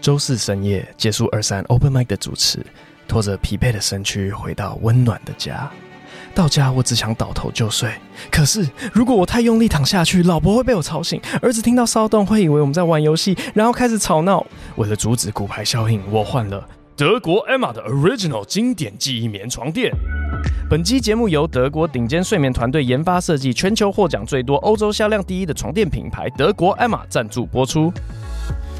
周四深夜结束二三 Open Mic 的主持，拖着疲惫的身躯回到温暖的家。到家我只想倒头就睡，可是如果我太用力躺下去，老婆会被我吵醒，儿子听到骚动会以为我们在玩游戏，然后开始吵闹。为了阻止骨牌效应，我换了德国 Emma 的 Original 经典记忆棉床垫。本期节目由德国顶尖睡眠团队研发设计，全球获奖最多、欧洲销量第一的床垫品牌德国 Emma 赞助播出。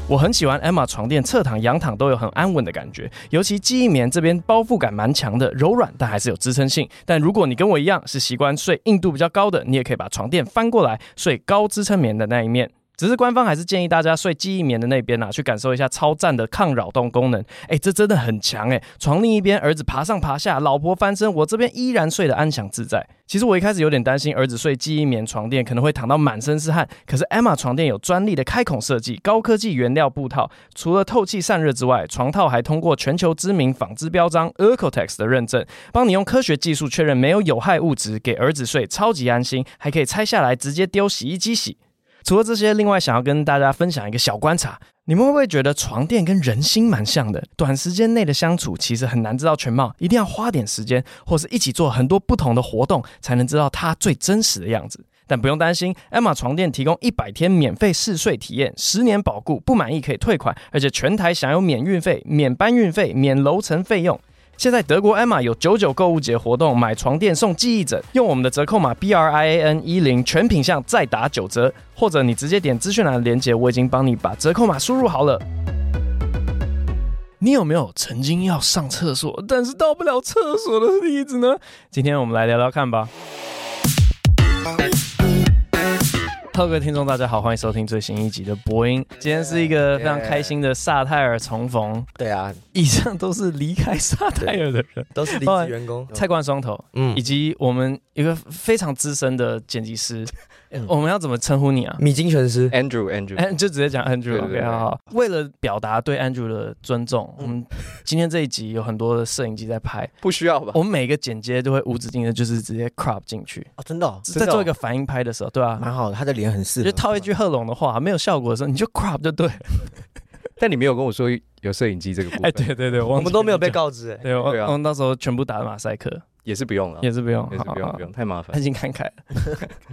我很喜欢 Emma 床垫，侧躺、仰躺都有很安稳的感觉，尤其记忆棉这边包覆感蛮强的，柔软但还是有支撑性。但如果你跟我一样是习惯睡硬度比较高的，你也可以把床垫翻过来睡高支撑棉的那一面。只是官方还是建议大家睡记忆棉的那边啦、啊去感受一下超赞的抗扰动功能。哎、这真的很强哎、床另一边，儿子爬上爬下，老婆翻身，我这边依然睡得安详自在。其实我一开始有点担心儿子睡记忆棉床垫可能会躺到满身是汗，可是 Emma 床垫有专利的开孔设计，高科技原料布套，除了透气散热之外，床套还通过全球知名纺织标章 Ercotex 的认证，帮你用科学技术确认没有有害物质，给儿子睡超级安心，还可以拆下来直接丢洗衣机洗。除了这些，另外想要跟大家分享一个小观察。你们会不会觉得床垫跟人心蛮像的？短时间内的相处其实很难知道全貌，一定要花点时间，或是一起做很多不同的活动，才能知道它最真实的样子。但不用担心，Emma 床垫提供一百天免费试睡体验，十年保固，不满意可以退款，而且全台享有免运费、免搬运费、免楼层费用。现在德国 Emma 有九九购物节活动，买床垫送记忆枕，用我们的折扣码 B R I A N 一零，全品项再打九折，或者你直接点资讯栏的链接，我已经帮你把折扣码输入好了。你有没有曾经要上厕所，但是到不了厕所的例子呢？今天我们来聊聊看吧。Hello，各位听众，大家好，欢迎收听最新一集的播音。今天是一个非常开心的萨泰尔重逢，对啊，以上都是离开萨泰尔的人，都是离职员工。菜冠双头，嗯以，及我们一个非常资深的剪辑师，嗯我们要怎么称呼你啊？米津玄师， Andrew Andrew，哎，就直接讲 Andrew 对对 OK，对好好。为了表达对 Andrew 的尊重，嗯我们今天这一集有很多的摄影机在拍，不需要吧？我们每个剪接都会无止境的，就是直接 crop 进去，哦，真的哦，真在的做哦一个反应拍的时候，对啊，蛮好的，他的脸很适合。就套一句贺龙的话，没有效果的时候你就 crop 就对。但你没有跟我说有摄影机这个部分，哎，对对对，我我忘记们都没有被跟你告知哎讲。。对，我对啊我们到时候全部打马赛克也是不用了，也是不用，也是好不用好不用，太麻他已烦。 经看 开了。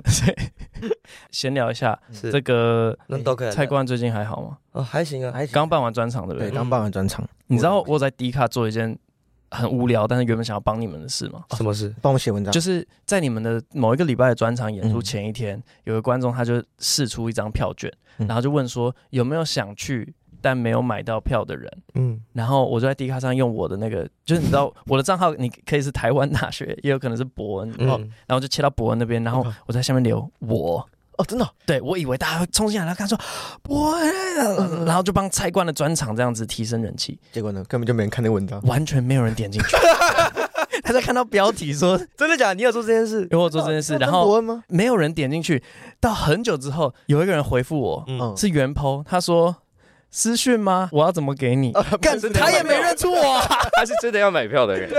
所以闲聊一下是这个那都可以。蔡冠最近还好吗？哦，还行啊，还行。刚办完专场对不对，对？刚办完专场，你知道我在迪卡做一件很无聊，但是原本想要帮你们的事吗？什么事？哦帮我写文章。就是在你们的某一个礼拜的专场演出嗯前一天，有个观众他就试出一张票券，嗯然后就问说有没有想去但没有买到票的人。嗯，然后我就在 D 卡上用我的那个，就是你知道我的账号，你可以是台湾大学，也有可能是伯恩，哦，嗯，然后就切到伯恩那边，然后我在下面留我，哦，真的哦，对我以为大家会冲进来，然后看说伯恩，然后就帮蔡冠的专场这样子提升人气，结果呢，根本就没人看那文章。完全没有人点进去。大家看到标题说 真的假的？你有做这件事？有我做这 件事，那然那博后恩吗？没有人点进去，到很久之后，有一个人回复我，嗯，是袁剖，他说私讯吗？我要怎么给你？哦干，是他也没认 出我啊，他是真的要买票的人，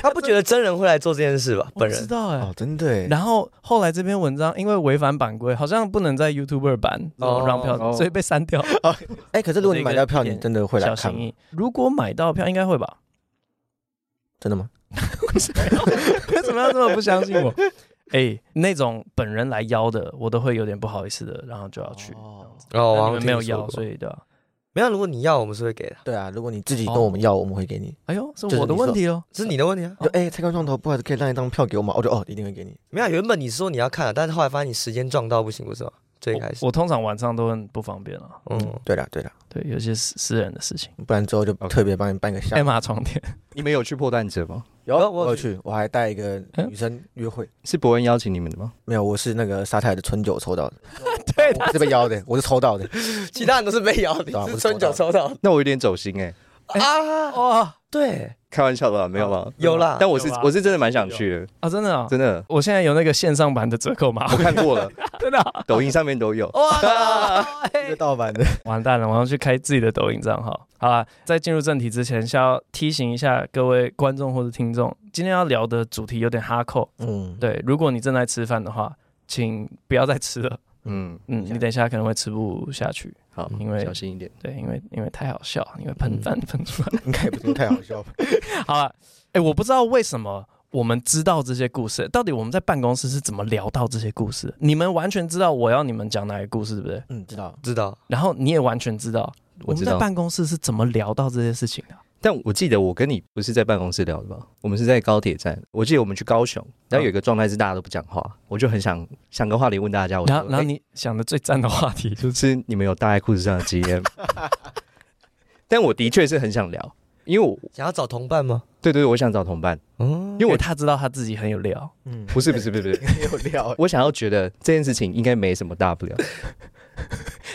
他不觉得真人会来做这件事吧？我本不知人道哎。哦，真的耶。然后后来这篇文章因为违反版规，好像不能在 YouTuber 版哦让票，哦所以被删掉。哎，可是如果你买到票，这是一你个真的会来小心看翼吗？翼，如果买到票应该会吧？真的吗？ 为什么要这么不相信我？ 哎、那种本人来邀的，我都会有点不好意思的，然后就要去。哦，但哦你们没有邀，所以以对啊吧、没有。如果你要，我们是会给的，对啊，如果你自己哦跟我们要，我们会给你。哎呦，是就是我的你说问题哦。这是你的问题啊。就哎，蔡康创投，不好意思，可以让一张票给我吗？我就哦，一定会给你。没有，原本你说你要看，啊但是后来发现你时间撞到不行，不是吗？最开始我，我通常晚上都很不方便啊。嗯，对了对了，对，有些私私人的事情。不然之后就 OK 特别帮你办个下艾。玛床 垫，你们有去破蛋节吗？有有我我有有去，我还带一个女生约会。是伯恩邀请你们的吗？没有，我是那个沙泰的春酒抽到的，对我是被邀的，我是抽到的。其他人都是被咬，你对啊我是是春酒抽到的那我有点走心哎，啊？哦对，开玩笑的啦，没有啦。有啦，但我是有啦我是真的蛮想去的，啊，真的啊、真的，我现在有那个线上版的折扣码 我，看过了，真的啊、哦抖音上面都有。哇，一个盗版的，完蛋了，我要去开自己的抖音账号。好啦，在进入正题之前，先要提醒一下各位观众或者听众，今天要聊的主题有点哈扣。嗯，对，如果你正在吃饭的话，请不要再吃了。嗯，嗯，你等一下可能会吃不下去。好，因为小心一点。对，因为因为太好笑，因为喷嗯饭喷出来。 应该也不是太好笑吧？ 好了，哎，我不知道为什么我们知道这些故事，到底我们在办公室是怎么聊到这些故事？你们完全知道我要你们讲哪个故事，对不对？嗯，知道。知道，然后你也完全知道我们知在道，办公室是怎么聊到这些事情的。但我记得我跟你不是在办公室聊的吧？我们是在高铁站。我记得我们去高雄，然后有一个状态是大家都不讲话，我就很想想个话题问大家。我然后，说，然后哎你想的最赞的话题就是就是你们有搭在裤子上的经 验？但我的确是很想聊，因为我想要找同伴吗？对对，对我想找同伴，嗯，因为因为我他知道他自己很有料，嗯，不是不是不是不 是，没 有料。我想要觉得这件事情应该没什么大不了。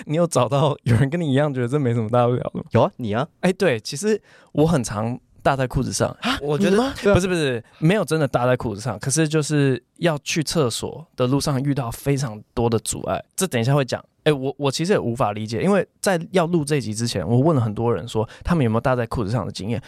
你有找到有人跟你一样觉得这没什么大不了的吗？有啊，你啊，哎，对，其实我很常搭在裤子上，我觉得对啊不是不是，没有真的搭在裤子上，可是就是要去厕所的路上遇到非常多的阻碍，这等一下会讲。哎，我我其实也无法理解，因为在要录这集之前，我问了很多人说他们有没有搭在裤子上的经验，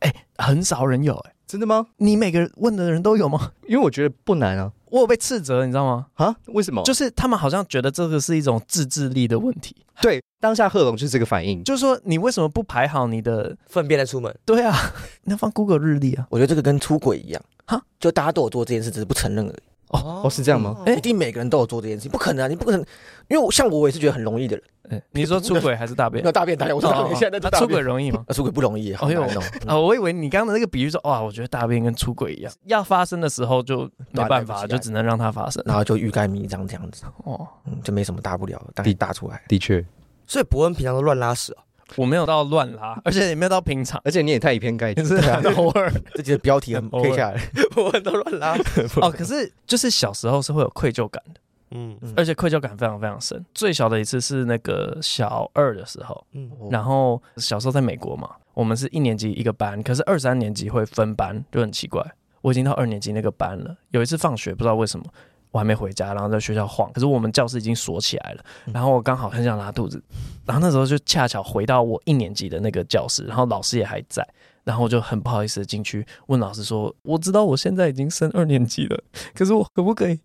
哎，很少人有、哎，真的吗？你每个问的人都有吗？ 因为我觉得不难啊。我有被斥责，你知道吗？啊？为什么？就就是他们好像觉得这个是一种自制力的问题，对，当下贺龙就是这个反应。就是说你为什么不排好你的？粪便再出门，对啊， 你要放 Google 日历啊。我觉得这个跟出轨一样哈，就大家都有做这件事，只是不承认而已。哦哦，是这样吗？哎一定每个人都有做这件事，不可能啊！你不可能，因为我像我也是觉得很容易的人。哎你说出轨还是大便没有？大便，大便，我说大哦哦便，现在都是啊大出便轨。容易吗？ 啊，出轨不容易，好难哎哦。啊、我以为你刚刚的那个比喻说，哦哇，我觉得大便跟出轨一样，要发生的时候就没办对啊来法，不及就只能让它发生。然后就欲盖弥彰这样子，哦，嗯，就没什么大不了，但是大出来。的确，所以伯恩平常都乱拉屎啊，我没有到乱拉，而且也没有到平常，而且你也太以偏概也全。是很啊偶尔。这集的标题很 偶尔配下来，伯恩都乱拉屎。哦，可是就是小时候是会有愧疚感的， 嗯嗯而且愧疚感非常非常深。最小的一次是那个小二的时候，嗯，然后小时候在美国嘛，我们是一年级一个班，可是二三年级会分班，就很奇怪。我已经到二年级那个班了，有一次放学不知道为什么。我还没回家，然后在学校晃，可是我们教室已经锁起来了。然后我刚好很想拉肚子，然后那时候就恰巧回到我一年级的那个教室，然后老师也还在，然后我就很不好意思地进去问老师说：“我知道我现在已经升二年级了，可是我可不可以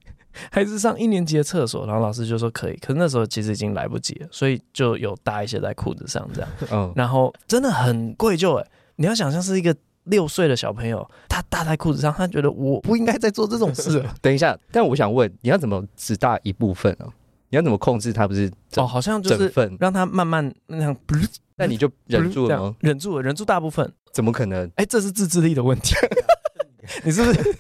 还是上一年级的厕所？”然后老师就说可以，可是那时候其实已经来不及了，所以就有搭一些在裤子上这样。 嗯，然后真的很愧疚哎、你要想象是一个六岁的小朋友，他搭在裤子上，他觉得我不应该再做这种事了。等一下，但我想问，你要怎么只大一部分啊？你要怎么控制它不是 整哦，好像就整是份？让他慢慢那样，那你就忍住了这样吗？忍住了，忍住大部分。怎么可能？哎，这是自制力的问题。你是不是？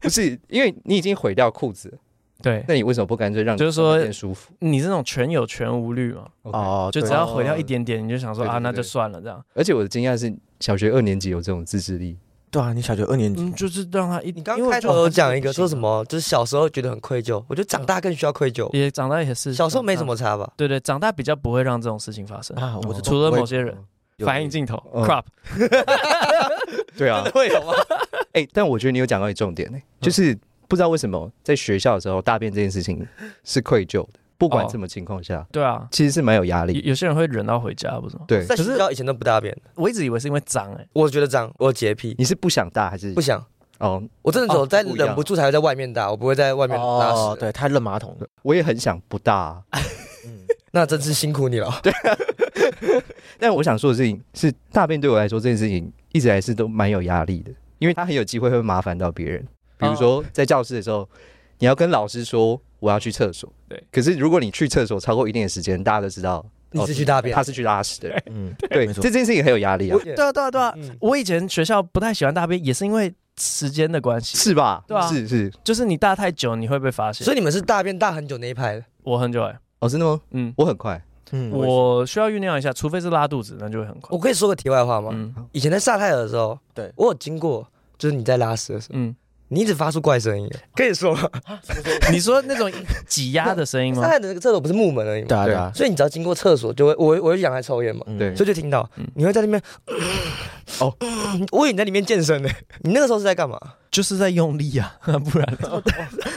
不是，因为你已经毁掉裤子了，对，那你为什么不干脆让你就是说变舒服？你是那种全有全无虑嘛，哦，哦，就对只要毁掉一点点，你就想说对对啊，对那对就算了这样。而且我的惊讶是，小学二年级有这种自制力，对啊，你小学二年级，嗯，就是让他一。你刚因为开头我有讲一个说什啊？么，就是小时候觉得很愧疚，我觉得长大更需要愧疚。也长大也是小时候没什长大么差吧？对对，长大比较不会让这种事情发生啊我是除了我也某些哦人有反应镜头嗯 crop 对啊，会有吗？哎、但我觉得你有讲到一重点呢、就是不知道为什么在学校的时候，大便这件事情是愧疚的，不管什么情况下，对啊，其实是蛮有压有力。有些人会忍到回家，不是吗？对， 在可是学校以前都不大便，我一直以为是因为脏哎、我觉得脏，我有洁癖，你是不想大还是不想。哦？我真的哦走在不一样忍不住才会在外面大，我不会在外面拉哦，屎。对他扔马桶， 我也很想不大啊、嗯，那真是辛苦你了。但我想说的事情是，大便对我来说这件事情一直来是都蛮有压力的，因为它很有机会会麻烦到别人。比如说在教室的时候，你要跟老师说我要去厕所，对。可是如果你去厕所超过一定的时间，大家都知道哦你是去大便他是去拉屎的人。嗯，对，没错这件事情很有压力啊我，对啊对啊对啊！嗯我以前学校不太喜欢大便，也是因为时间的关系，是吧？对啊是是，就是你大太久你会被发现。所以以你们是大便大很久那一派的，我很久哎、哦，真的吗？嗯，我很快，嗯我需要酝酿一下，除非是拉肚子，那就会很快我。可以说个题外话吗？嗯以前在萨泰尔的时候，对我有经过，就是你在拉屎的时候，嗯， 你一直发出怪声音，可以说吗？你说那种挤压的声音 萨吗？泰尔的那个厕所不是木门而已吗？对啊对啊，所以你只要经过厕所，就会我我会去阳台抽烟嘛，嗯对所以就听到嗯你会在那边，哦哦，我以为你在里面健身呢。你那个时候是在干嘛？ 就是在用力啊， 不然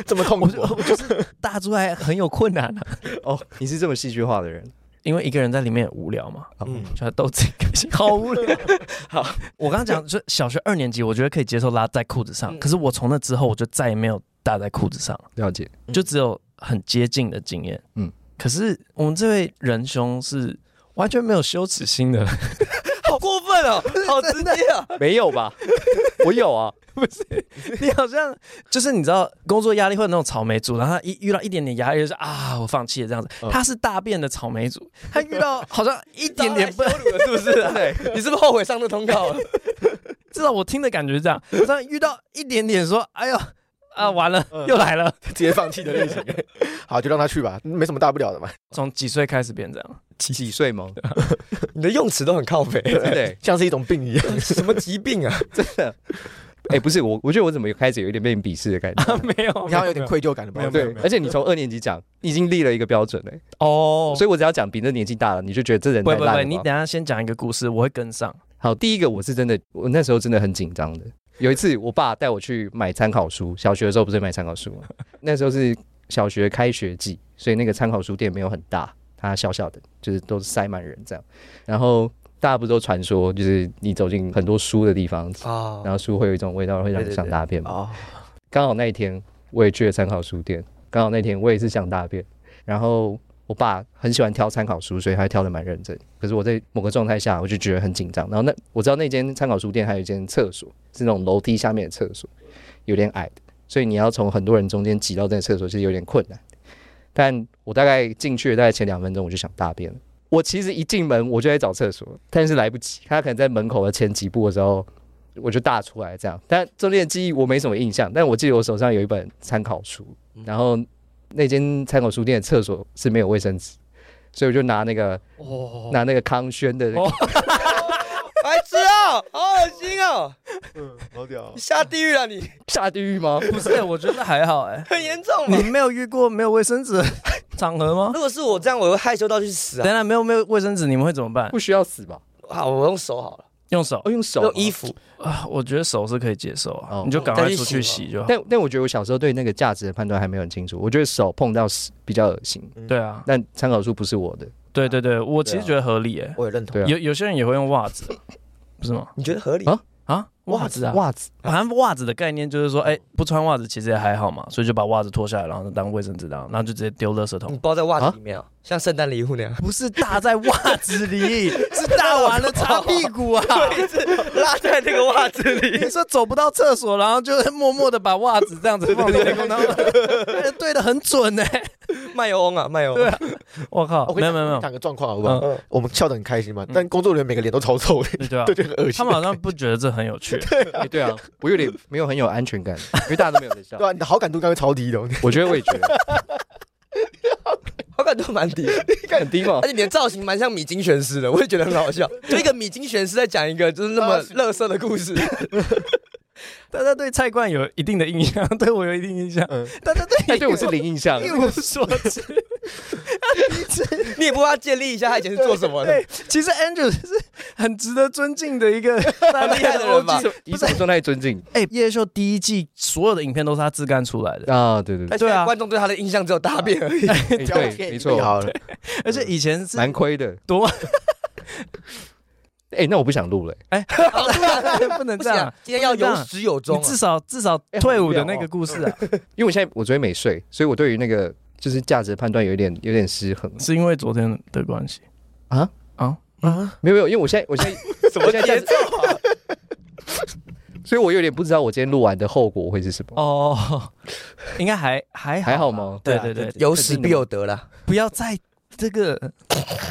这么痛我苦就， 我就是大出来很有困难啊。哦，你是这么戏剧化的人，因为一个人在里面也无聊嘛，嗯嗯，就要逗自己开心，好无聊。 好，我刚刚讲，就小学二年级，我觉得可以接受拉在裤子上，嗯可是我从那之后，我就再也没有搭在裤子上了，了解。就只有很接近的经验。嗯嗯，可是我们这位仁兄是完全没有羞耻心 的，好过分哦， 好直接 啊！没有吧？我有啊，你好像就是你知道工作压力会有那种草莓族，然后他一遇到一点点压力就是啊，我放弃了这样子。嗯他是大便的草莓 族，他遇到好像一点点 不，是不是、啊？对，你是不是后悔上这通告了？至 少我听的感觉是这样，好像遇到一点点说，哎呦啊完了嗯又来了。直接放弃的类型。 好，就让他去吧，没什么大不了的嘛。从几岁开始变这样？几几岁吗？ 你的用词都很靠北，对，像是一种病一样。什么疾病啊？哎，不是我，我觉得我怎么开始有一点被你鄙视的感觉？啊， 没有，你好像有点愧疚感了吧没有？没有哦对，而且你从二年级讲，你已经立了一个标准嘞，哦。所以我只要讲比那年纪大了，你就觉得这人不太会不会不烂会，了你吧等。一下先讲一个故事，我会跟上。好，第一个我是真的，我那时候真的很紧张的。有一次，我爸带我去买参考书，小学的时候不是买参考书 吗？那时候是小学开学季，所以那个参考书店没有很大，它小小的，就是都是塞满人这样。然后大家不是都传说，就是你走进很多书的地方，哦啊然后书会有一种味道，会让你对对想对大便嘛。哦，哎 刚好那一天我也去了参考书店，刚好那天我也是想大便，然后我爸很喜欢挑参考书，所以他挑的蛮认真。可是我在某个状态下，我就觉得很紧张。然后那我知道那间参考书店还有一间厕所是那种楼梯下面的厕所，有点矮的，所以你要从很多人中间挤到那个厕所是有点困难。但我大概进去了大概前两分钟，我就想大便了。我其实一进门我就在找厕所，但是来不及。他可能在门口的前几步的时候，我就大出来这样。但中间的记忆我没什么印象，但我记得我手上有一本参考书，然后那间参考书店的厕所是没有卫生纸，所以我就拿那个、拿那个康轩的、哦白痴哦，好恶心哦！嗯，好屌哦你下地狱了啊你， 下地狱吗？ 不是，我觉得还 好哎、很严重吧你？没有遇过没有卫生纸的 场合吗？如果是我这样，我会害羞到去死等啊！等，没有没有卫生纸，你们会怎么办？不需要死吧？好，我用手好了，用手哦，用手吗用衣服。啊？我觉得手是可以接受啊哦，你就赶快再去出去洗洗就好。但但我觉得我小时候对那个价值的判断还没有很清楚，我觉得手碰到屎比较恶心，对啊，但参考书不是我的，对对对，我其对实啊觉得合理诶、我也认同。对啊，有有些人也会用袜子，不是吗？你觉得合理？啊啊，袜子啊，袜子反正袜子的概念就是说，哎、不穿袜子其实也还好嘛，所以就把袜子脱下来，然后当卫生纸当，然后就直接丢垃圾桶。你。包在袜子里面啊，像圣诞礼物那样 不是大在袜子里，是大完了擦屁股啊！拉在那个袜子里， 你说走不到厕所，然后就默默的把袜子这样子放在那个然后哎对的很准呢、卖油翁啊，卖油翁对啊我靠我，跟没有哦你讲没有没有，讲个状况好不好？嗯我们笑得很开心嘛，但工作人员每个脸都超臭的， 对对啊就，觉得很恶心。他们好像不觉得这很有趣。哎对啊， 我有点没有很有安全感，因为大家都没有在 笑对。啊，你的好感度应该会超低的。我觉得我也觉得好感度蛮低的，很低嘛而，且你的造型蛮像米津玄师的，我也觉得很好笑。就一个米津玄师在讲一个就是那么乐色的故事，大家对菜冠 有一定的印象， 对我有一定印象。嗯大家对哎，对我是零印象一。无 所知。你也不帮他建立一下他以前是做什么的。对，其实 Andrew 是很值得尊敬的一个很厉害的人吧 OG 以什么状态尊敬哎，夜秀第一季所有的影片都是他自干出来的，啊？对对对而且对啊观众对他的印象只有大便而已。哎，对，对，没就错，好了，而且以前是蛮亏的。多 哎，那我不想录了。 不能不这行啊样，今天要不能这有样始有终你啊。至少至少哎好退伍无聊的那个哦故事啊，因为我现在我昨天没睡，所以我对于那个就是价值判断有一点有点失衡。是因为昨天的关系啊啊， 没有没有，因为我现在我现在 什么节奏啊？ 所以我有点不知道我今天录完的后果会是什么。哦，应该还还哎还好吗？对啊对对，有失必有得啦。不要再这个。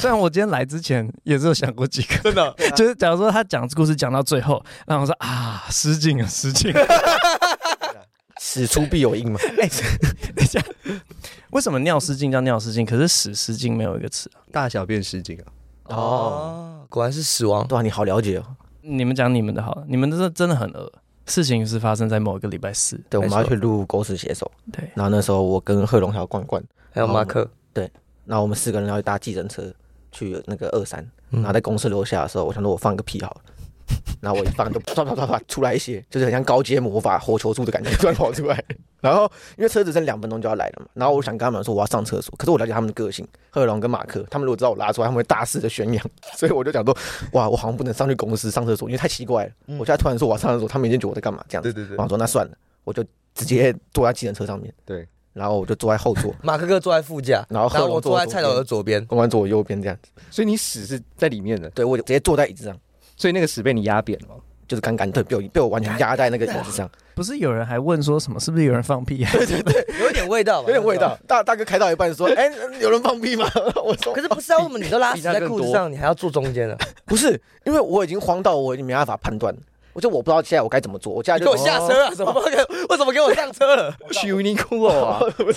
虽然我今天来之前也是有想过几个， 真 的，就是假如说他讲故事讲到最后，然后我说啊，失敬了，失 敬了。此出必有因嘛。哎为什么尿失禁叫尿失禁，可是屎失禁没有一个词啊、大小便失禁啊！哦，果然是死亡。对啊，你好了解哦。你们讲你们的好了，你们这真的很恶。事情是发生在某一个礼拜四，对，我们要没错去录《狗屎写手对》，，然后那时候我跟贺龙还有冠冠，还有马克，然后我们四个人要去搭计程车去那个二三，嗯然后在公司楼下的时候，我想说我放个屁好了。然后我一放就唰唰唰唰出来一些，就是很像高阶魔法火球术的感觉， 突然跑出来。然后因为车子剩两分钟就要来了嘛，然后我想跟他们说我要上厕所，可是我了解他们的个性，贺龙跟马克，他们如果知道我拉出来，他们会大肆的宣扬。所以我就讲说，哇，我好像不能上去公司上厕所，因为太奇怪了。嗯我现在突哦然说我要上厕所，他们已经觉得我在干嘛这样子。对对我想说那算了，我就直接坐在计程车上面。对，然后我就坐在后座，马克哥坐在副驾，然后贺然后龙我坐在左菜边头的左边，公安坐我右边这样子。所以你屎是在里面的，对我就直接坐在椅子上，所以那个屎被你压扁了吗。就是干干对，被我被我完全压在那个椅子上，不是有人还问说什么是不是有人放屁？啊 有一点味道吧， 有点味道。。大大哥开到一半说：“哎，有人放屁吗？” 我说可是不知道为什么你都拉比屎他在更裤子多上，你还要坐中间了，：“不是，因为我已经慌到我已经没办法判断，我就我不知道现在我该怎么做。我现在你就给我下车啊！怎么给 为什么给我上车了？去你酷哦哦啊！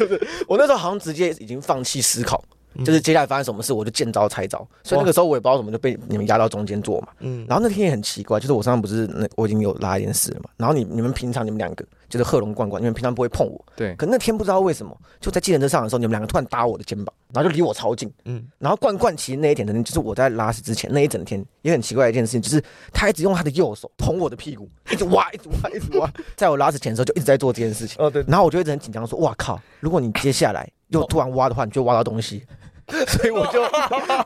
我那时候好像直接已经放弃思考，就是接下来发生什么事我就见招拆招，所以那个时候我也不知道怎么就被你们压到中间坐嘛。嗯，然后那天也很奇怪，就是我身上不是那我已经有拉一点屎了嘛，然后你你们平常你们两个就是贺龙罐罐，你们平常不会碰我，对，可那天不知道为什么就在计程车上的时候，你们两个突然搭我的肩膀，然后就离我超近，嗯嗯，然后罐罐其实那一整天就是我在拉屎之前那一整天也很奇怪的一件事情，就是他一直用他的右手捅我的屁股，一直挖，一直挖，一直挖，在我拉屎前的时候就一直在做这件事情。哦对，然后我就一直很紧张，说：“哇靠！如果你接下来又突然挖的话，你就挖到东西。” 所以我 就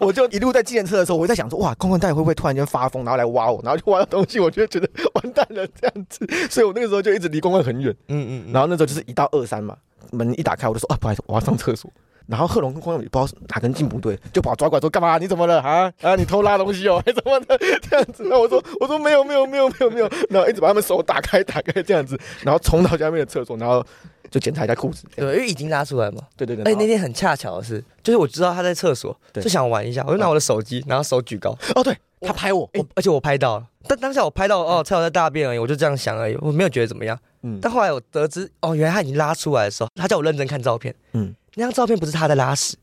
我就一路在计程车的时候，我就在想说：“哇，公关带会不会突然间发疯，然后来挖我，然后就挖到东西？”我就觉得完蛋了这样子，所以我那个时候就一直离公关很远。嗯嗯，然后那时候就是一到二三嘛，门一打开我就说：“啊，不好意思，我要上厕所。”然后贺龙跟光友也不知道哪根筋不对，就把我抓过来说：“干嘛？你怎么了啊？啊，你偷拉东西哦，还怎么的？”这样子，然后我说：“我说没有，没有，没有，没有，没有。”然后一直把他们手打开，打开这样子，然后冲到下面的厕所，然后就检查一下裤子。对，因为已经拉出来嘛。对对对，哎，然后那天很恰巧的是，就是我知道他在厕所，对就想玩一下，我就拿我的手机，然后手举高，哦，对他拍我，我而且我拍到了，但当下我拍到哦，菜头在大便而已，我就这样想而已，我没有觉得怎么样。嗯，但后来我得知哦，原来他已经拉出来的时候，他叫我认真看照片，嗯嗯，那张照片不是他在 拉屎。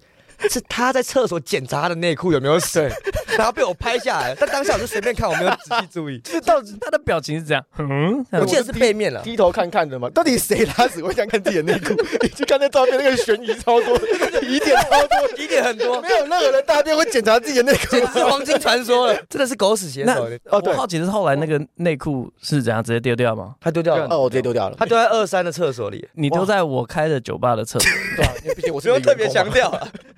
是他在厕所检查他的内裤有没有水，然后被我拍下来了。但当下我就随便看，我没有仔细 注意。到底他的表情是这样，嗯，我记得是背面了， 低头看看的嘛，到底谁拉屎会想看自己的内裤？你去看那照片，那个悬疑超多，疑哦点超多，疑点很多没， 有任何人大便会检查自己的内裤简。直是黄金传说了，真的是狗屎写那手的。哦，对我，好奇的是后来那个内裤是怎样直接丢掉吗？他丢掉了，哦，我直接丢掉了。他丢在二三的厕所里。你丢在我开的酒吧的厕所，对啊，因为毕竟我不是你用的特别员工强嘛。调，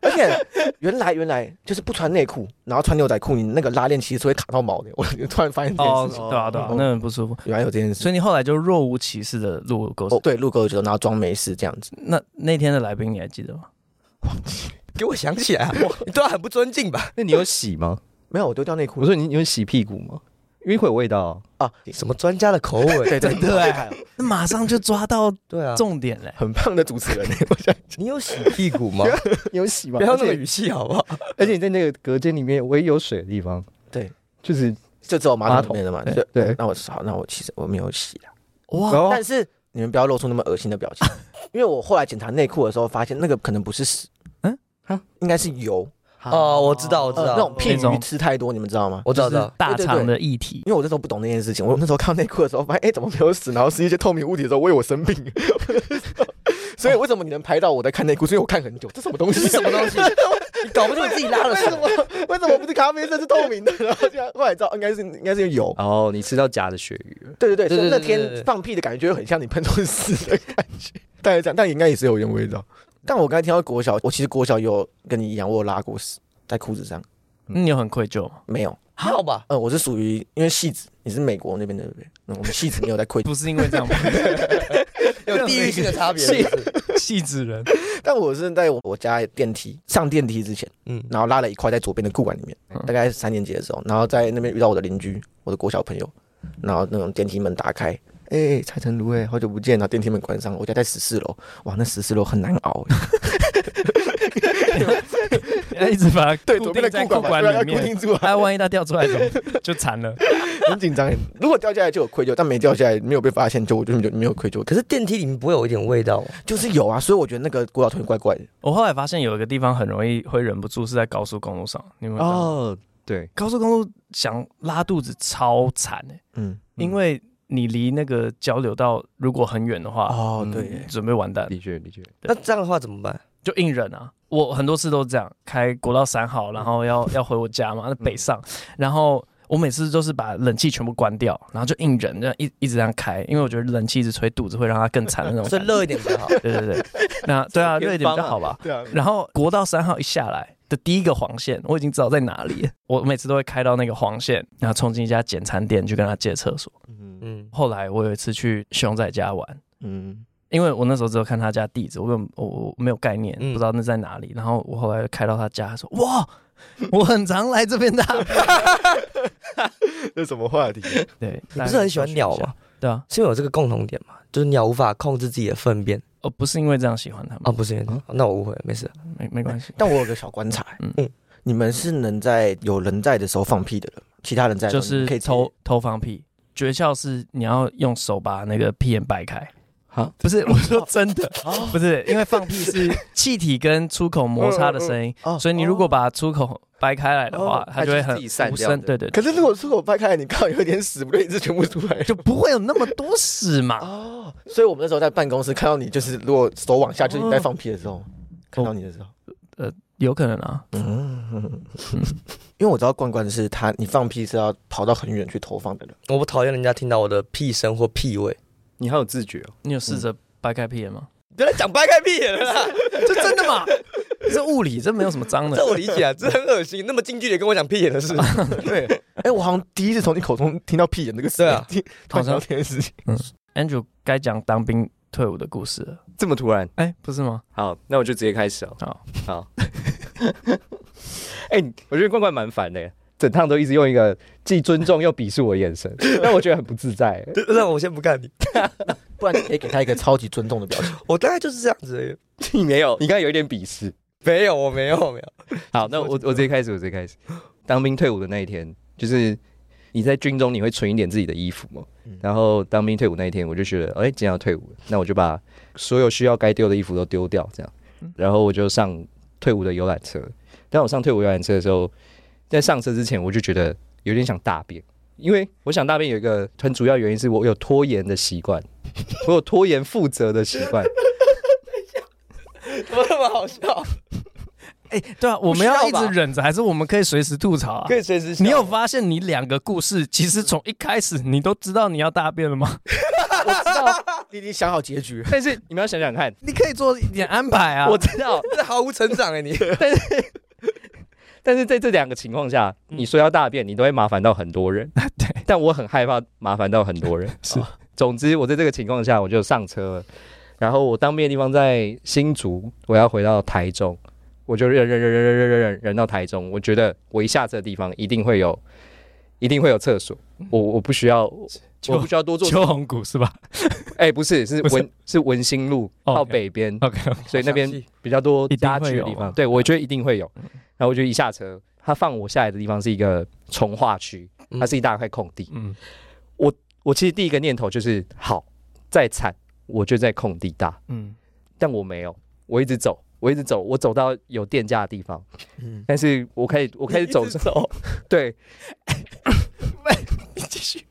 而且原来原来就是不穿内裤，然后穿牛仔裤，你那个拉链其实是会卡到毛的。 我突然发现这 件哦，事情，对啊对啊，那很不舒服，原来有这件事。所以你后来就若无其事的路过哦，对，路过就然后装没事这样子。 那那天的来宾你还记得吗？给我想起来啊！你对他很不尊敬吧？那你有洗吗？没有，我丢掉内我裤说你你有洗屁股吗？因为会有味道啊、啊。什么专家的口吻？对对对，，那马上就抓到对啊，重点嘞很胖的主持人， 我想你有洗屁股吗？ 你有洗吗不要而那么且语气好不好？而且你在那个隔间里面，唯一有水的地方，对，就是就只有马马桶桶里面的嘛。对就对哦那我好，那我其实我没有洗啊。哇，然后但是你们不要露出那么恶心的表情， 因为我后来检查内裤的时候发现，那个可能不是屎，嗯嗯，应该是油。哦，我知道，我知呃，那种道，屁那鱼种吃太多，你们知道吗？我知道，就我知是道。大对对肠对的议题，因为我那时候不懂那件事情，我那时候看到内裤的时候，发现哎、诶怎么没有死？然后是一些透明物体的时候，我以为我生病， 所以为什么你能拍到我在看内裤？所以我看很久，哦这什么东西？这是什么东西？你搞不清楚自己拉了为什什 么。么？ 为什么不是咖啡色是透明的？然后这样后来知道应该是应该是油。哦，你吃到假的鳕鱼了，对对对，所对以那对对对对天放屁的感觉就很像你喷出屎的感觉，大概这样，但应该也是有原味道。 但我刚才听到国小，我其实国小也有跟你一样，我有拉过屎在裤子上，那嗯你有很愧疚吗？没有。好吧， 呃，我是属于因为戏子，你是美国那边的对不对？那我们戏子没有在愧疚，不是因为这样吧，有地域性的差别。是是不是气质人，但我是在我家电梯上电梯之前。嗯，然后拉了一块在左边的裤管里面嗯，大概三年级的时候，然后在那边遇到我的邻居，我的国小朋友，然后那种电梯门打开，哎、蔡成儒哎，好久不见，然后电梯门关上，我家在十四楼，哇，那十四楼很难熬，哎一直把它 对，固左定边在的裤裤管管把里它固面，定住啊，哎，万一它掉出来怎么办就惨了。 很紧张。如果掉下来就有愧疚，但没掉下来，没有被发现，就我就就没有愧疚，可可是电梯里面不会有一点味道吗？就是有啊，所以我觉得那个国小同学怪怪的，我后来发现有一个地方很容易会忍不住是在高速公路上，你们哦，哦，对，高速公路想拉肚子超惨哎，嗯，因为你离那个交流道如果很远的话，哦对嗯准备完蛋，的确的确，那这样的话怎么办？就硬忍啊。我很多次都是这样，开国道三号，然后嗯要要回我家嘛，那北上，然后我每次都是把冷气全部关掉，然后就硬忍，这样一一直这样开，因为我觉得冷气一直吹肚子会让它更惨的那种所感以觉。热一点比较好。对 对对， 那对啊，热一点比较好吧。对啊，然后国道三号一下来的第一个黄线，我已经知道在哪里了。 我每次都会开到那个黄线，然后冲进一家简餐店去跟他借厕所。嗯嗯，后来我有一次去熊仔家玩，嗯，因为我那时候只有看他家地址，我根本我我我没有概念，嗯不知道那在哪里。然后我后来开到他家，说哇， 我很常来这边的。 这什么话题？啊对，你不是很喜欢鸟吗吗？？对啊，是因为有这个共同点嘛，就是鸟无法控制自己的粪便哦，不是因为这样喜欢他们，啊，不是因为这样？那我误会了，没事。没没关系，但我有个小观察，嗯嗯，你们是能在有人在的时候放屁的人吗，其他人在就的时候你是们可以直接偷偷放屁。诀窍是你要用手把那个屁眼掰开。好，不 是我说真的，不是因为放屁是气体跟出口摩擦的声音，哦所以你如果把出口掰开来的话哦，嗯它就会很它就是自己散无掉声。的对对，对可是如果出口掰开来，你看有点屎，不对，一直全部出来。就不会有那么多屎嘛。哦， 所以我们那时候在办公室看到你，就是如果手往下，就是你在放屁的时候、看到你的时候， 有可能啊，嗯，因为我知道罐罐是他，你放屁是要跑到很远去投放的人，我不讨厌人家听到我的屁声或屁味，你好有自觉哦，你有试着掰开屁眼吗？别来讲掰开屁眼了啦，这真的吗？这物理，这没有什么脏 的这。我理解啊，这很恶心。那么近距离跟我讲屁眼的事，对，哎、我好像第一次从你口中听到屁眼这个词，对啊听， 突然想到 这件事情， Andrew 该讲当兵退伍的故事了，这么突然。哎，不是吗？好，那我就直接开始哦。好，好。 哎、我觉得罐罐蛮烦的，整趟都一直用一个既尊重又鄙视我的眼神， 让我觉得很不自在。 那我先不干你。不然你可以给他一个超级尊重的表 情。 我大概就是这样子而已，你没有，你刚刚有一点鄙视。没有，我没有，我没有。 好，那我我直接开始，我直接开始。 当兵退伍的那一天，就是你在军中你会存一点自己的衣服嘛。然后当兵退伍那一天，我就觉得，哎、今天要退伍了，那我就把所有需要该丢的衣服都丢掉，这样。然后我就上退伍的游览车。当我上退伍游览车的时候，在上车之前，我就觉得有点想大便，因为我想大便有一个很主要原因是我有拖延的习惯， 我有拖延负责的习惯。怎么那么好 笑？哎，对啊，我们要一直忍着，还是我们可以随时吐槽啊可？以随时笑。你有发现你两个故事其实从一开始你都知道你要大便了吗？我知道你已经想好结局了，但是你们要想想看， 你可以做一点安排 啊。我知道， 这毫无成长哎、 你但是在这两个情况下，嗯你说要大便，你都会麻烦到很多人。 对，但我很害怕麻烦到很多人。 是啊总之我在这个情况下我就上车了，然后我当兵的地方在新竹，我要回到台中，我就忍忍忍忍忍忍忍忍忍到台中。我觉得我一下车的地方一定会有，一定会有厕所，我我不需要，嗯就我不需要多做。秋红谷是吧 哎、不是，是不是文是文心路哦到，OK 北边。 ？OK，所以那边比较多一定家会具的有地啊方，嗯对我觉得一定会有。然后我就一下车，他放我下来的地方是一个从化区，嗯它是一大块空地。嗯，我其实第一个念头就是，好，再惨我就在空地大，嗯，但我没有，我一直走，我一直走，我走到有店家的地方，嗯， 但是我开始我开始走上，走， 对，你继续。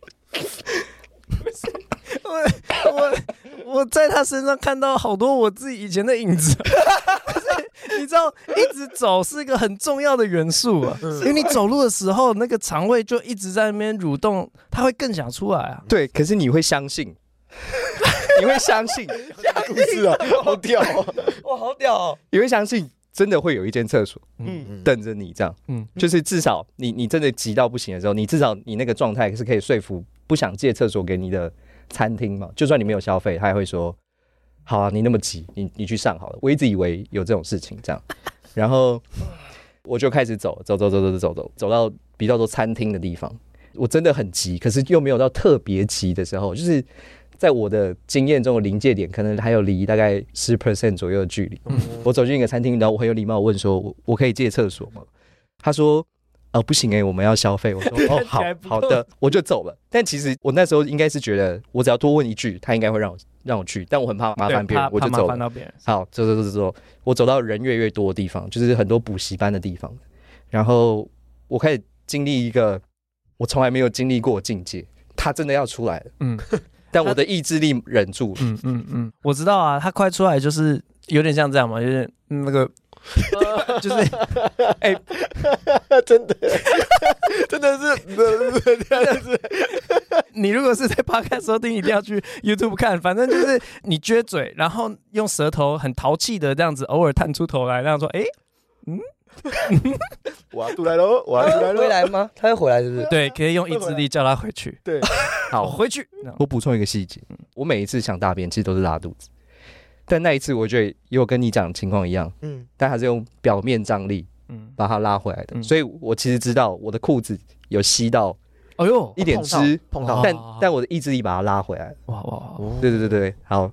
我 我我在他身上看到好多我自己以前的影子， 可是你知道，一直走是一个很重要的元素啊，因为你走路的时候，那个肠胃就一直在那边蠕动，它会更想出来啊。对，可是你会相信， 你会相信，故事啊，好屌、哦，哇，好屌、 哦！你会相信，真的会有一间厕所。嗯等着你这样，嗯嗯，就是至少你你真的急到不行的时候，你至少你那个状态是可以说服不想借厕所给你的餐厅嘛，就算你没有消费，他也会说，好啊，你那么急，你你去上好了。我一直以为有这种事情这样，然后我就开始走走走走走走走走到比较多餐厅的地方，我真的很急，可是又没有到特别急的时候，就是。在我的经验中的临界点，可能还有离大概十 percent 左右的距离。嗯我走进一个餐厅，然后我很有礼貌地问说：“我我可以借厕所吗？”他说：“呃，不行哎、我们要消费。”我说：“ 哦，好还不好的，我就走了。”但其实我那时候应该是觉得，我只要多问一句，他应该会让我让我去，但我很怕麻烦别人，我就麻走烦了。到别人。好，走走走走走，我走到人越来越多的地方，就是很多补习班的地方，然后我开始经历一个我从来没有经历过的境界，他真的要出来了，嗯但我的意志力忍住了。嗯嗯嗯，我知道啊，他快出来就是有点像这样嘛，就是嗯那个， 就是啊真 的，真的是， 你如果是在 podcast 收听，一定要去 YouTube 看。反正就是你撅嘴，然后用舌头很淘气的这样子，偶尔探出头来，那样说：“哎、我要出来喽，我要出来喽 他 会回，来吗？他会回来是不是？对，可以用意志力叫他回去。哦对，好，回去。这样嗯嗯我补充一个细节，我每一次想大便其实都是拉肚子，但那一次我觉得也有跟你讲的情况一样，嗯，但还是用表面张力嗯，把它拉回来的。嗯所以我其实知道我的裤子有吸到哎呦，一点汁，哦碰到哦但但我的意志力把它拉回来。哇哇哇，对对对对，好。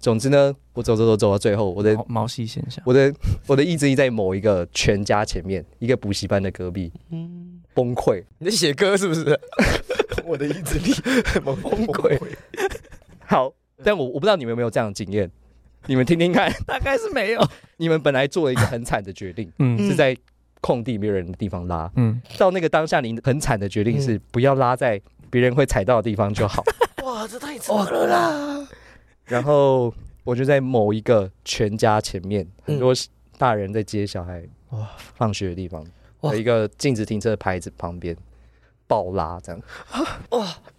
总之呢，我走走走走到最后，我的毛毛细现象，我的我的意志力在某一个全家前面，一个补习班的隔壁嗯，崩溃， 你在写歌是不是？我的意志力崩溃。好，但我我不知道你们有没有这样的经验，你们听听看， 大概是没有，你们本来做了一个很惨的决定，嗯是在空地没有人的地方拉，嗯，到那个当下，你很惨的决定是不要拉在别人会踩到的地方就好。哇，这太扯了啦！然后我就在某一个全家前面，很多大人在接小孩哇放学的地方，哇有一个禁止停车的牌子旁边暴拉这样。啊，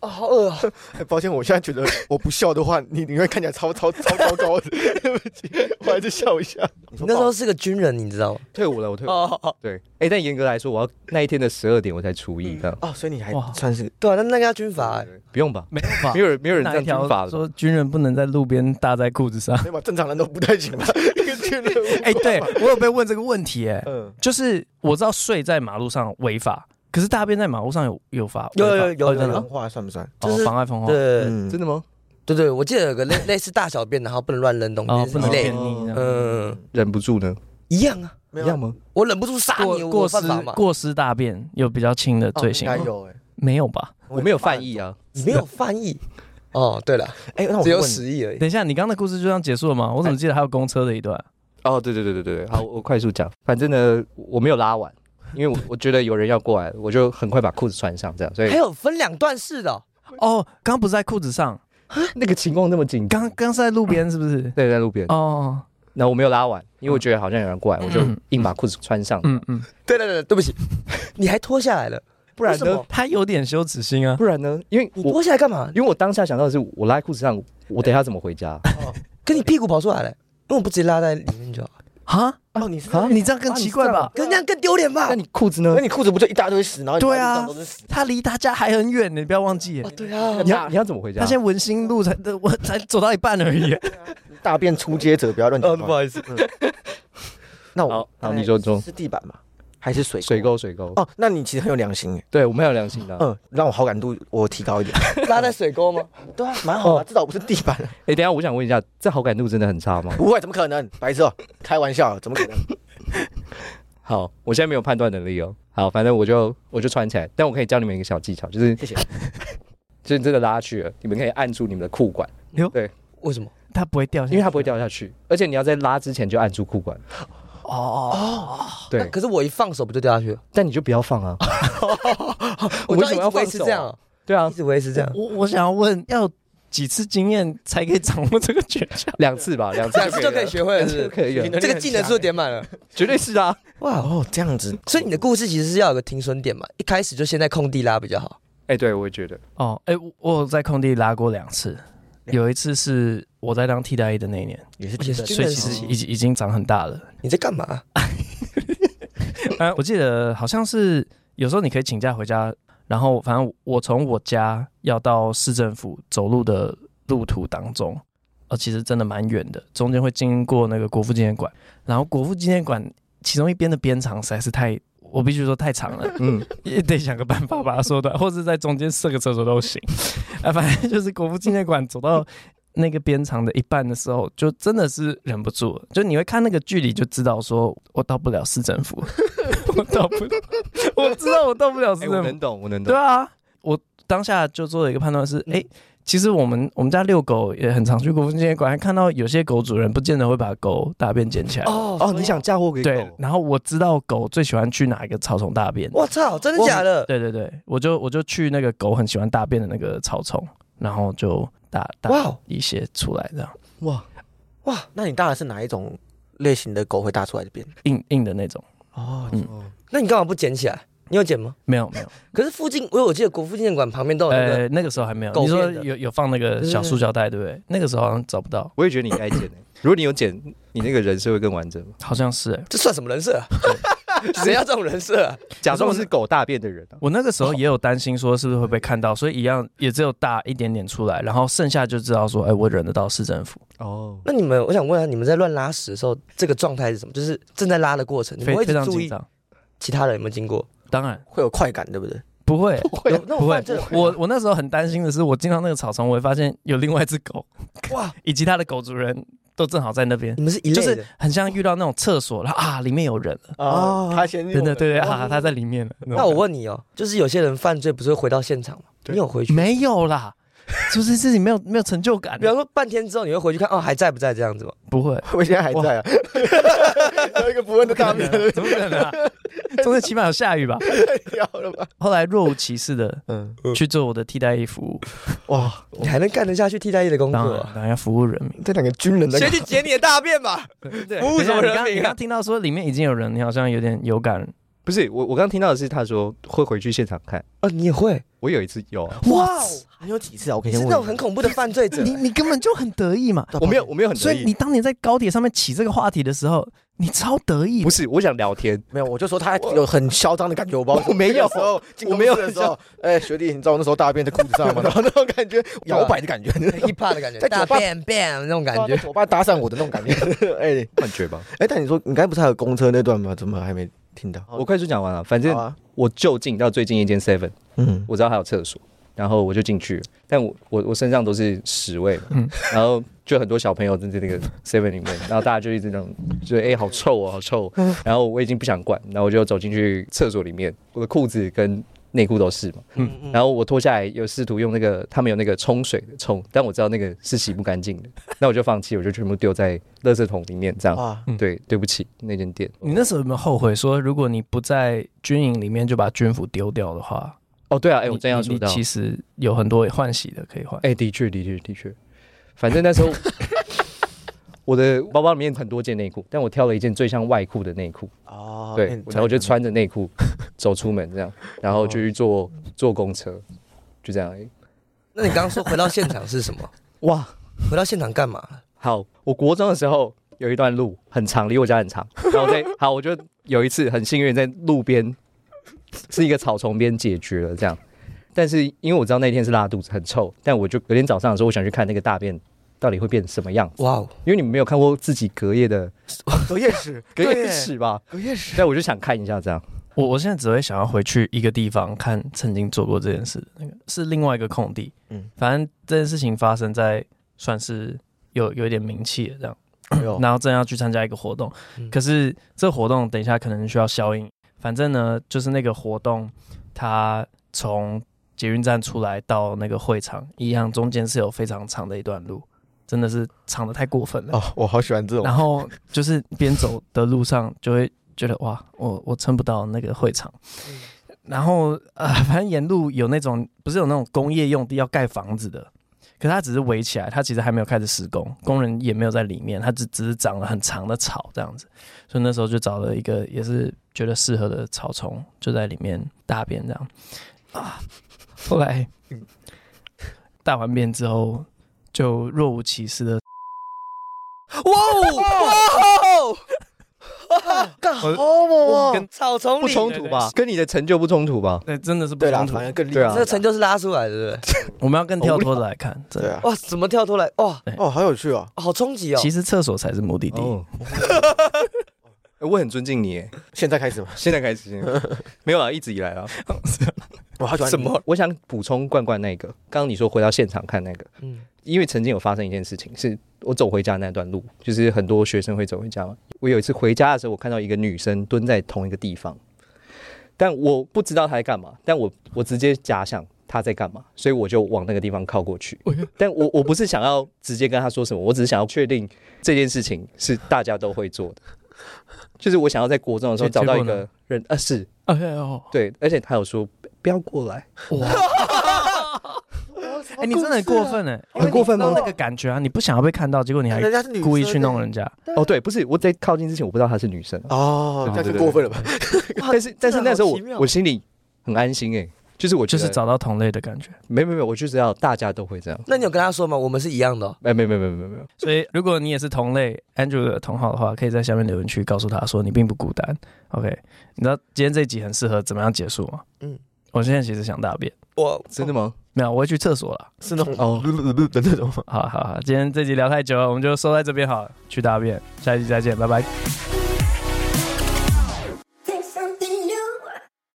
好饿哦啊！抱歉，我现在觉得我不笑的话，你你会看起来超超超糟糕的。对不起，我还是笑一下。 你那时候是个军人，你知道吗？ 退伍了，我退伍了。哦，对，哎，但严格来说，我要那一天的十二点我才出役，这样哦，所以你还哇算是对啊，那那个要军阀欸，不用吧？哎 没有吧没？有人没有人这哪样一条听法的吧。说军人不能在路边搭在裤子上？没有吧？正常人都不太行吧？一个军人， 哎、对我有被问这个问题、哎，嗯，就是我知道睡在马路上违法，可是大便在马路上有有法，有有违法有有哦真的文哦化算不算？就是哦妨碍风化，对嗯，真的吗？对对，我记得有 个类类似大小便，然后不能乱扔东哦西，不能一类便的，溺这样，嗯，忍不住呢？一样啊，没一有样啊吗？我忍不住杀你，过我过有失犯法吗？过失大便有比较轻的罪行吗哦应该，有哎，没有吧？我没有犯意啊。你没有翻译， 哦，对了，哎，那我只有问十亿而已。等一下，你刚刚的故事就这样结束了吗？我怎么记得还有公车的一段？哦，对对对对对，对好，我快速讲，反正呢，我没有拉完，因为我我觉得有人要过来，我就很快把裤子穿上，这样，所以还有分两段式的哦，哦，刚刚不是在裤子上，那个情况那么紧张，刚刚是在路边是不是？对，在路边，哦，那我没有拉完，因为我觉得好像有人过来，我就嗯硬把裤子穿上，嗯嗯，对对对，对不起，你还脱下来了，不然为什呢么？他有点羞耻心啊。不然呢？因为你我脱下来干嘛？因为我当下想到的是，我拉在裤子上，我等一下怎么回家？跟你屁股跑出来了，那我不直接拉在里面就好，啊，哦，你是啊你这样更奇怪吧？可是那样更丢脸吧 那？你裤子呢那？你裤子不就一大堆屎，然后你对啊马路上都是屎他离他家还很远呢，你不要忘记哦，。对啊，你要你要怎么回家他？现在文心路才我才走到一半而已。大便出街呃 者，不要乱讲哦，不话。嗯好意思，那好我好你说你说是地板吗？还是水沟水？沟水沟，哦，那你其实很有良心哎。对我们还有良心的啊。嗯，让我好感度我提高一 点。拉在水沟吗？ 对啊，蛮好的，至少不是地板。哎，等一下我想问一下，这好感度真的很差吗？不会，怎么可能？白痴哦，开玩笑，怎么可能？好，我现在没有判断能力哦。好，反正我就我就穿起来，但我可以教你们一个小技巧，就是谢谢。 就是真的拉去了，你们可以按住你们的裤管，为什么？他不会掉下去，因为它不会掉下去，而且你要在拉之前就按住裤管。哦。对，可是我一放手不就掉下去了？但你就不要放啊。我为就什么要一直维放持手啊这样？ 哦对啊一，直维持这样。我我想要问，要几次经验才可以掌握这个诀窍？两次吧，两次两次就可以了学会了，是就不是可以了，这个技能是不是点满了？绝对是啊。哇 哦！哦，这样子，所以你的故事其实是要有个停损点嘛，一开始就先在空地拉比较好。哎，对，我也觉得哦，哎、我我有在空地拉过两次，有一次是我在当替代役的那一年，也是而且是所以其实已经已经长很大了。你在干嘛？呃，我记得好像是有时候你可以请假回家，然后反正我从我家要到市政府走路的路途当中，呃，其实真的蛮远的，中间会经过那个国父纪念馆，然后国父纪念馆其中一边的边长实在是太，我必须说太长了，嗯，也得想个办法把它缩短，或 者在中间设个厕所都行。 啊，反正就是国父纪念馆走到那个边长的一半的时候，就真的是忍不住了，就你会看那个距离就知道，说我到不了市政府， 我到不了，我知道我到不了市哎我政府能。懂，我能对懂。啊，我当下就做了一个判断是，哎、其实我们我们家遛狗也很常去国父纪念馆，还看到有些狗主人不见得会把狗大便捡起来。哦哦，你想嫁祸给对，狗？然后我知道狗最喜欢去哪一个草丛大便。我操，真的假的？对对对，我就我就去那个狗很喜欢大便的那个草丛，然后就大哇大哦一些出来，这样哇，哇，那你大的是哪一种类型的狗会大出来的便？硬硬的那种，哦嗯那你干嘛不捡起来？你有捡吗？没有没 有，可是附近，我有我记得国父纪念馆旁边都哦有那个，呃，那个时候还没有。狗你说便的有有放那个小塑胶袋对不对？那个时候好像找不到，我也欸觉得你应该剪诶。如果你有剪，你那个人设会更完整。好像是哎，这算什么人设啊？ 谁要这种人设啊？假装是狗大便的人啊、我那个哦时候也有担心说是不是会被看到，所以一样也只有大一点点出来，然后剩下就知道说，哎、我忍得到市政府，哦，那你们，我想问下，啊你们在乱拉屎的时候，这个状态是什么？就是正在拉的过程，你非们会一非直常注紧意张。其他人有没有经过？当 然会有快感，对不对？不会，有那不会我犯这种我我那时候很担心的是，我进到那个草丛，我会发现有另外一只狗， 哇，以及它的狗主人都正好在那边， 你们是一就类的，是很像遇到那种厕所，然后啊，里面有人了，啊，他先真的，对对啊， 他在里面了。那我问你哦，就是有些人犯罪不是会回到现场吗？对你有回去？没有 啦，就是自己没有没有成就感啊比，方说半天之后你会回去看，哦还在不在这样子吗？不会，我现在还在啊， 有一个不问的大怎名么可能 啊？怎么可能啊？中间起码有下 雨吧？掉了吧？后来若无其事的嗯，去做我的替代役服务，哇，你还能干得下去替代役的工作当啊、然当然要服务人民。这两个军人在谁去解你的大便吧？服务什么等一下你刚人你民刚啊？听到说里面已经有人，你好像有点有感。不是我，我刚听到的是他说会回去现场看。哦，你也会？我有一次有、啊，哇哦，还有几次啊？我可你以是先那问种一很下，恐怖的犯罪者？你你根本就很得意嘛，我没有，我没有很所得以意。你当年在高铁上面起这个话题的时候，你超得意不。是，我想聊天。没有，我就说他有很嚣张的感觉，我不知道我没有那个时候进公司我没有的时候，哎，学弟，你知道我那时候大便在裤子上 吗？然后那种感觉摇 摆的感觉， 一怕的感觉，在大 酒吧便便那种感对觉啊。在酒吧搭讪我的那种感觉。 哎幻觉 吧，哎，但你说你刚才不是还有公车那段吗？怎么还没听到？我快速讲完了。反正好啊，我就近到最近一间 Seven，嗯，我知道还有厕所，然后我就进去了。但我我我身上都是屎味嘛，嗯然后就很多小朋友在那个 Seven 里面，然后大家就一直那种，就是哎、好臭哦，好臭哦。嗯然后我已经不想管，然后我就走进去厕所里面，我的裤子跟内裤都是嘛，嗯嗯，然后我脱下来有试图用那个他们有那个冲水的冲，但我知道那个是洗不 干净的，那我就放弃，我就全部丢在垃圾桶里面这样。哇，嗯对，对不起，那间店。你那时候有没有后悔说，如果你不在军营里面就把军服丢掉的话，哦，对啊，哎、哎我真要说到，其实有很多换洗的可以换。哎、的确，的确，的确，反正那 时候我的包包里面很多件内裤，但我挑了一件最像外裤的内裤，哦，对，哎然后我就穿着哦内裤走出门这样，然后就去坐坐公车，就这样而已。那你刚刚说回到现场是什么？哇，回到现场干嘛？好，我国中的时候有一段路很长，离我家很长，然后在好，我就有一次很幸运在路边是一个草丛边解决了这样，但是因为我知道那天是拉肚子很臭，但我就隔天早上的时候，我想去看那个大便到底会变什么样子，哇哦，因为你们没有看过自己隔夜的隔夜屎，隔对夜耶，屎吧？隔夜屎，但我就想看一下这样，我我现在只会想要回去一个地方看曾经做过这件事的那个是另外一个空地，嗯嗯，反正这件事情发生在算是有有一点名气的这样，哎 呦然后正要去参加一个活动，嗯可是这个活动等一下可能需要消音，反正呢就是那个活动，它从捷运站出来到那个会场一样，中间是有非常长的一段路，真的是长的太过分了。哦，我好喜欢这种然后就是边走的路上就会觉得哇，我我撑不到那个会场。然后呃，反正沿路有那种不是有那种工业用地要盖房子的，可是它只是围起来，它其实还没有开始施工，工人也没有在里面，它只只是长了很长的草这样子。所以那时候就找了一个也是觉得适合的草丛，就在里面大便这样啊。后来大完便之后，就若无其事的哇哦，哇哦，干我好猛我哦跟！草丛不里，冲突吧？跟你的成就不冲突吧？那哎真的是不对啦，冲突反，正更厉对啊害这个成就是拉出来的，对不对？我们要更跳脱的来看，真对的。啊，哇，怎么跳出来？哇，哦，好有趣哦，好冲击哦！其实厕所才是目的地。 哦，欸我很尊敬你耶，现在开始吗？现在开始， 现在没有啊，一直以来啊。我好喜欢什么？我想补充罐罐那个，刚刚你说回到现场看那个，嗯，因为曾经有发生一件事情，是我走回家那段路，就是很多学生会走回家嘛。我有一次回家的时候，我看到一个女生蹲在同一个地方，但我不知道她在干嘛，但我我直接假想她在干嘛，所以我就往那个地方靠过去。哦但我我不是想要直接跟她说什么，我只是想要确定这件事情是大家都会做的，就是我想要在国中的时候结找到一结果呢个人，啊是哎呦，对，而且她有说不要过来， 哎，你真的很啊过分哎，很过分吗那个感觉啊，你不想要被看到，结果你还人家是女生故意去弄人家，哦对，不是我在靠近之前我不知道她是女生。哦，这样就过分了吧？ 但是但是那时候啊好我奇妙我心里很安心哎、就是我觉就得是找到同类的感觉。没没没，我就知道大家都会这样。那你有跟他说吗？我们是一样的哦、哎，没没没没没有，所以，如果你也是同类 Andrew 的同好的话，可以在下面留言区告诉他说你并不孤单。OK，你知道今天这一集很适合怎么样结束吗？嗯嗯，我现在其实想大便，我真的吗？没有，我会去厕所了。是那种哦哦的那种吗？好好好，今天这集聊太久了，我们就收在这边好了，去大便，下一集再见，拜拜。